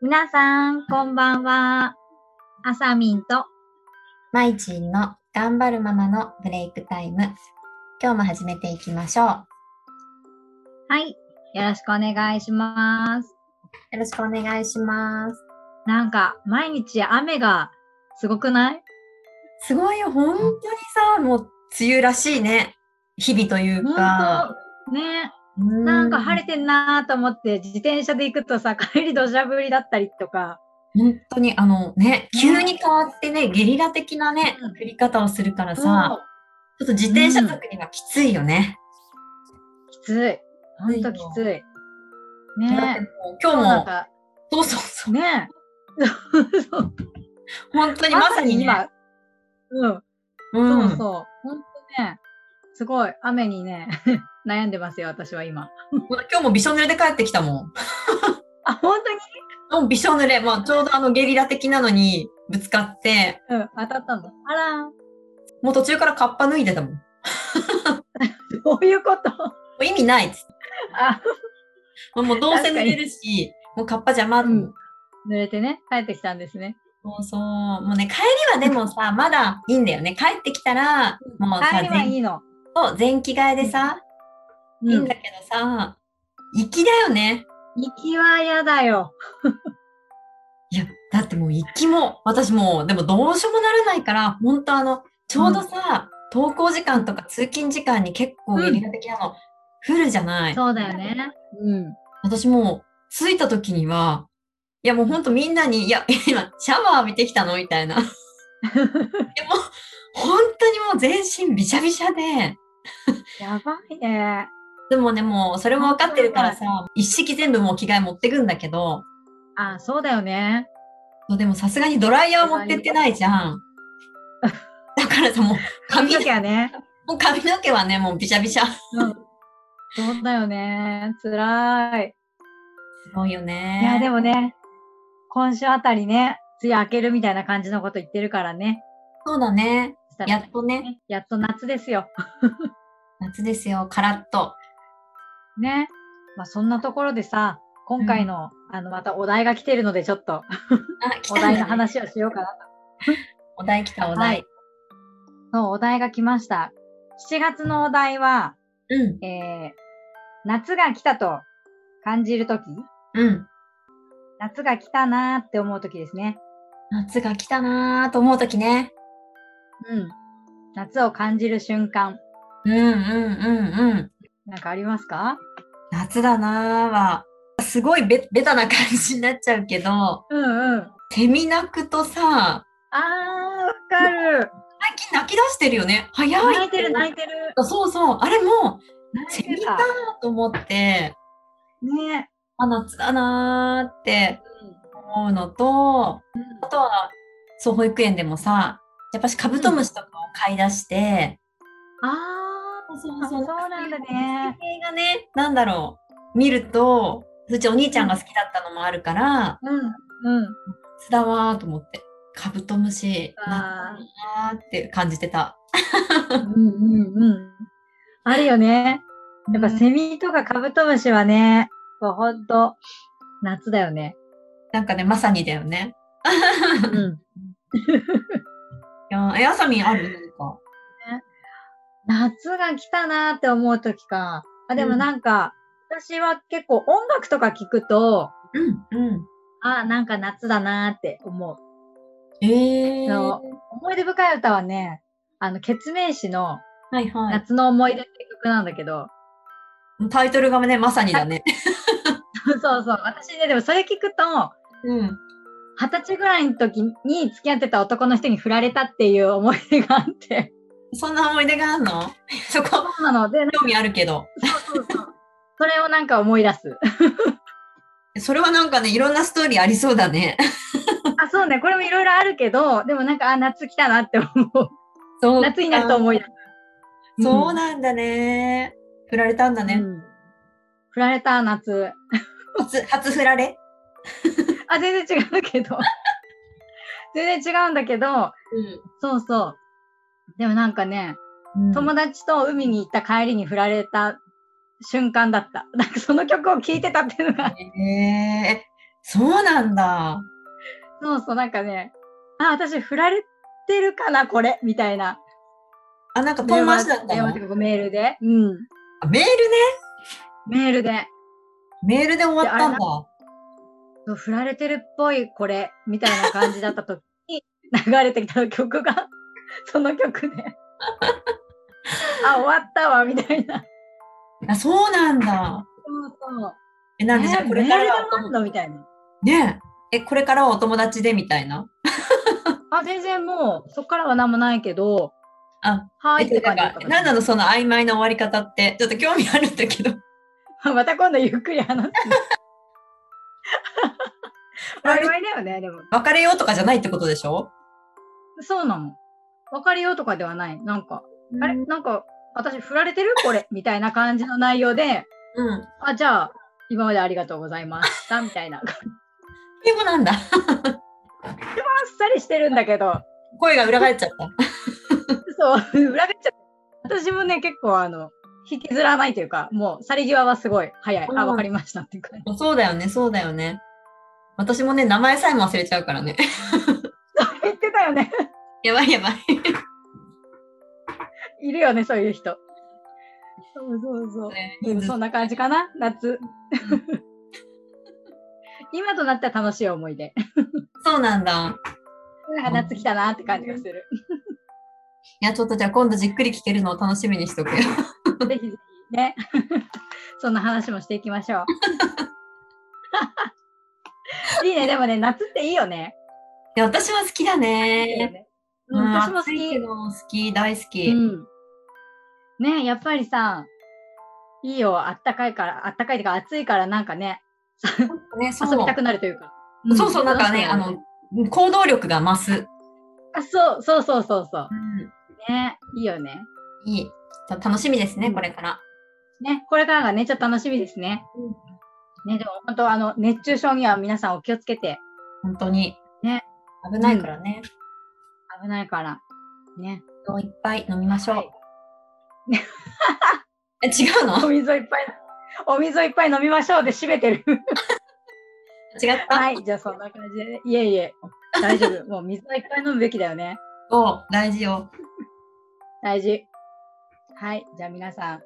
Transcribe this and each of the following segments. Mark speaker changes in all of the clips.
Speaker 1: 皆さん、こんばんは。あさみんと、
Speaker 2: まいちんの頑張るママのブレイクタイム。今日も始めていきましょう。
Speaker 1: はい、よろしくお願いします。
Speaker 2: よろしくお願いします。
Speaker 1: なんか、毎日雨がすごくない
Speaker 2: すごいよ、本当にさ、もう梅雨らしいね。日々という
Speaker 1: 本
Speaker 2: か。
Speaker 1: 当ね、
Speaker 2: う
Speaker 1: なんか晴れてんなーと思って、自転車で行くとさ、 帰り土砂降りだったりとか、
Speaker 2: 本当にあのね、急に変わってね、ゲリラ的なね
Speaker 1: うん、
Speaker 2: 降り方をするからさ、ちょっと自転車族にはきついよね。
Speaker 1: きつい。ほんときつい。
Speaker 2: だっても
Speaker 1: ね
Speaker 2: う今日
Speaker 1: なん
Speaker 2: も、
Speaker 1: か、
Speaker 2: そうそうそう、
Speaker 1: ねそう
Speaker 2: 本当にまさにね、
Speaker 1: 今、うん。
Speaker 2: うん
Speaker 1: そうそう。ほんとね、すごい雨にね、 悩んでますよ、私は今。
Speaker 2: 今日もびしょ濡れで帰ってきたもん。
Speaker 1: あ、本当に
Speaker 2: うん、びしょ濡れ。まあ、ちょうどあのゲリラ的なのにぶつかって、
Speaker 1: うん、当たったの。あら、
Speaker 2: もう途中からカッパ脱いでたもん。も
Speaker 1: どういうこと
Speaker 2: う意味ないっつって
Speaker 1: あ、
Speaker 2: もうもうどうせ
Speaker 1: 確
Speaker 2: 濡
Speaker 1: かに
Speaker 2: れるし、もうカッパ邪魔、
Speaker 1: うん濡れてね、帰ってきたんですね。
Speaker 2: そうそう。もうね、帰りはでも さ、まだいいんだよね。帰ってきたら、もうさ
Speaker 1: 帰り、はい
Speaker 2: 全
Speaker 1: いの。
Speaker 2: そう全着替えでさ、
Speaker 1: う
Speaker 2: いいん
Speaker 1: ん
Speaker 2: だ。けどさ、粋だよね。
Speaker 1: 行きは嫌だよ。
Speaker 2: いや、だってもう粋も、私もう、でもどうしようもならないから、ほんとあの、ちょうどさ、登校時間とか通勤時間に結構ゲリラ的なの、降るじゃない。
Speaker 1: そうだよね。うん。
Speaker 2: 私もう着いた時には、いやもうほんとみんなに、いや、 今シャワー浴びてきたのみたい な。いやもう本当にもう全身びしゃびしゃで、
Speaker 1: やばいね。
Speaker 2: でもね、もうそれも分かってるからさ、一式全部もう着替え持ってくんだけど、
Speaker 1: あ、そうだよね。
Speaker 2: そうでもさすがにドライヤー持ってってない じゃん。だからさ、もう
Speaker 1: 髪の
Speaker 2: 髪の
Speaker 1: 毛
Speaker 2: 毛
Speaker 1: はね。
Speaker 2: もう髪の毛はね、もうびしゃびしゃ。す
Speaker 1: うん。そうだよね。辛い。
Speaker 2: ごいよね。
Speaker 1: いや、でもね、今週あたりね、梅雨明けるみたいな感じのこと言ってるからね。
Speaker 2: そうだね。
Speaker 1: したら
Speaker 2: やっとね、
Speaker 1: ねやっと夏ですよ。
Speaker 2: 夏ですよ、カラッと。
Speaker 1: ね。まあ、そんなところでさ、今回の、あの、またお題が来てるので、ちょっと、
Speaker 2: あ、来
Speaker 1: お
Speaker 2: たんだね
Speaker 1: 題の話をしようかなと。
Speaker 2: お題来た、お題。
Speaker 1: はいそう、お題が来ました。7月のお題は、
Speaker 2: うん。
Speaker 1: えー、夏が来たと感じるとき、
Speaker 2: うん。
Speaker 1: 夏が来たなーって思うときですね。
Speaker 2: 夏が来たなーと思うときね。
Speaker 1: うん。夏を感じる瞬間、
Speaker 2: うんうんうんうん。
Speaker 1: なんかありますか
Speaker 2: 夏だなーは、すごいベベタな感じになっちゃうけど、
Speaker 1: うんうん。
Speaker 2: セミ鳴くとさ、
Speaker 1: あー、わかる。
Speaker 2: 最近泣き出してるよね。早い。
Speaker 1: 泣いてる泣いてる。
Speaker 2: そうそう。あれもう、
Speaker 1: 泣
Speaker 2: セ
Speaker 1: いて
Speaker 2: ミ
Speaker 1: る
Speaker 2: だーと思って、
Speaker 1: ね。
Speaker 2: あ、夏だなーって思うのと、
Speaker 1: うん
Speaker 2: あとは、そう、保育園でもさ、やっぱしカブトムシとかを飼い出して、
Speaker 1: あ
Speaker 2: そうそ
Speaker 1: ー、そうなんだね。
Speaker 2: 系がね、なんだろう、見ると、うちお兄ちゃんが好きだったのもあるから、
Speaker 1: うん。うん。
Speaker 2: 夏だわーと思って、カブトムシ、
Speaker 1: あ
Speaker 2: 夏だなーって感じてた。
Speaker 1: うんうんうん。あるよね。やっぱセミとかカブトムシはね、こうほんと、夏だよね。
Speaker 2: なんかね、まさにだよね。
Speaker 1: うん。
Speaker 2: いやーえ、あさみんある何か。
Speaker 1: 夏が来たなーって思う時か。あ、でもなんか、私は結構音楽とか聞くと、
Speaker 2: うん、うん。
Speaker 1: あ、なんか夏だなーって思う。
Speaker 2: えー。
Speaker 1: そ思い出深い歌はね、あの、ケメイシの
Speaker 2: はいはい。
Speaker 1: 夏の思い出って曲なんだけど、
Speaker 2: タイトルがね、まさにだね。
Speaker 1: そうそう。私ね、でもそれ聞くと、
Speaker 2: うん。
Speaker 1: 二十歳ぐらいの時に付き合ってた男の人に振られたっていう思い出があって。
Speaker 2: そんな思い出があるの そこ、
Speaker 1: そうなので、なんか
Speaker 2: 興味あるけど。
Speaker 1: そうそうそれをなんか思い出す。
Speaker 2: それはなんかね、いろんなストーリーありそうだ ね。
Speaker 1: あ、そうね。これもいろいろあるけど、でもなんか、あ、夏来たなって思 う。
Speaker 2: そうか
Speaker 1: 夏になると思い出す。
Speaker 2: そ
Speaker 1: だ
Speaker 2: うなんだね。振られたんだね。
Speaker 1: 振られた夏。
Speaker 2: 初、初振られ
Speaker 1: あ、全然違うんだけ ど。全然違うんだけど、そうそう。でもなんかね、
Speaker 2: うん
Speaker 1: 友達と海に行った帰りに振られた瞬間だった。なんかその曲を聴いてたっていうのが
Speaker 2: えー、そうなんだ。
Speaker 1: そうそう、なんかね、あ、私振られてるかな、これ、みたいな。
Speaker 2: あ、なんか遠回しだった
Speaker 1: 電
Speaker 2: の
Speaker 1: 話とかメールで。うん。
Speaker 2: あメールね。
Speaker 1: メールで。
Speaker 2: メールで終わったんだ
Speaker 1: で。そう振られてるっぽい、これ、みたいな感じだった時に 流れてきた曲が、 その曲 で。あ、終わったわ、みたいな。
Speaker 2: あそうなんだ。
Speaker 1: そうそう。
Speaker 2: え、なんでじゃあ
Speaker 1: え
Speaker 2: これから
Speaker 1: メー
Speaker 2: は
Speaker 1: ルで終わんのみたいな。
Speaker 2: ねえ。え、これからはお友達でみたいな。
Speaker 1: あ、全然もう、そっからは何もないけど、
Speaker 2: あ、
Speaker 1: は
Speaker 2: え
Speaker 1: いって
Speaker 2: な
Speaker 1: 感
Speaker 2: ん
Speaker 1: じだ
Speaker 2: か
Speaker 1: った、
Speaker 2: なんなのその曖昧な終わり方って、ちょっと興味あるんだけど。
Speaker 1: また今度ゆっくり話す。
Speaker 2: あれ
Speaker 1: 曖昧だよね、でも。
Speaker 2: 別れようとかじゃないってことでしょ
Speaker 1: そうなの。別れようとかではない。なんか、あれなんか、私振られてるこ れ。みたいな感じの内容で、
Speaker 2: うん。
Speaker 1: あ、じゃあ、今までありがとうございました。み たいな。あっ
Speaker 2: 英語なんだ。
Speaker 1: さりしてるんだけど、
Speaker 2: 声が裏返っちゃった。
Speaker 1: そう、裏返っちゃった。私もね、結構あの、引きずらないというか、もう、去り際はすごい早い。
Speaker 2: うん
Speaker 1: あ、わかりましたっていう感じ。
Speaker 2: そうだよね、そうだよね。私もね、名前さえも忘れちゃうからね。
Speaker 1: 言ってたよね。
Speaker 2: やばいやばい。
Speaker 1: いるよね、そういう人。そうそうそう。うん、そんな感じかな、夏。 今となっては楽しい思い出。
Speaker 2: そうなんだ。
Speaker 1: なんか夏来たなって感じがする。
Speaker 2: いや、ちょっとじゃあ今度じっくり聞けるのを楽しみにしとくよ。
Speaker 1: ぜひぜひね。 そんな話もしていきましょう。 いいね、でもね、夏っていいよね。
Speaker 2: いや、私は好きだ
Speaker 1: いいよ
Speaker 2: ね。
Speaker 1: ねうん、私も好
Speaker 2: 暑い
Speaker 1: き
Speaker 2: け。ど好き、大好き。
Speaker 1: うん。ねやっぱりさ、いいよ、あったかいから、あったかいってか暑いからなんかね、
Speaker 2: ね、そう
Speaker 1: 遊びたくなるというか。
Speaker 2: そうそう、なんかね、あ
Speaker 1: 楽しくる
Speaker 2: の、行動力が増す。
Speaker 1: あ、そう、そうそうそうそう。ね、いいよね。
Speaker 2: いい。た楽しみですね、
Speaker 1: うん
Speaker 2: これから。
Speaker 1: ね、これからがね、ちょっと楽しみですね。ね、でも本当、あの、熱中症には皆さんお気をつけて、
Speaker 2: 本当に。
Speaker 1: ね。
Speaker 2: 危ないからね。
Speaker 1: 危ないから。ね。
Speaker 2: もういっぱい飲みましょう。
Speaker 1: はい
Speaker 2: え、違 うの
Speaker 1: お水をいっぱい、お水をいっぱい飲みましょうで締めてる。
Speaker 2: 違った、
Speaker 1: はい、じゃあそんな感じで、ね。いえいえ、大丈夫。もう水はいっぱい飲むべきだよね。
Speaker 2: そう、大事よ。
Speaker 1: 大事。はい、じゃあ皆さ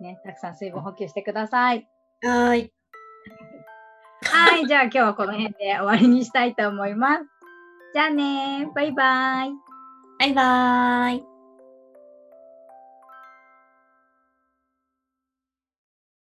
Speaker 1: ん、ね、たくさん水分補給してください。
Speaker 2: はーい。
Speaker 1: はい、じゃあ今日はこの辺で終わりにしたいと思います。じゃあねー、バイバイ。
Speaker 2: バイバーイ。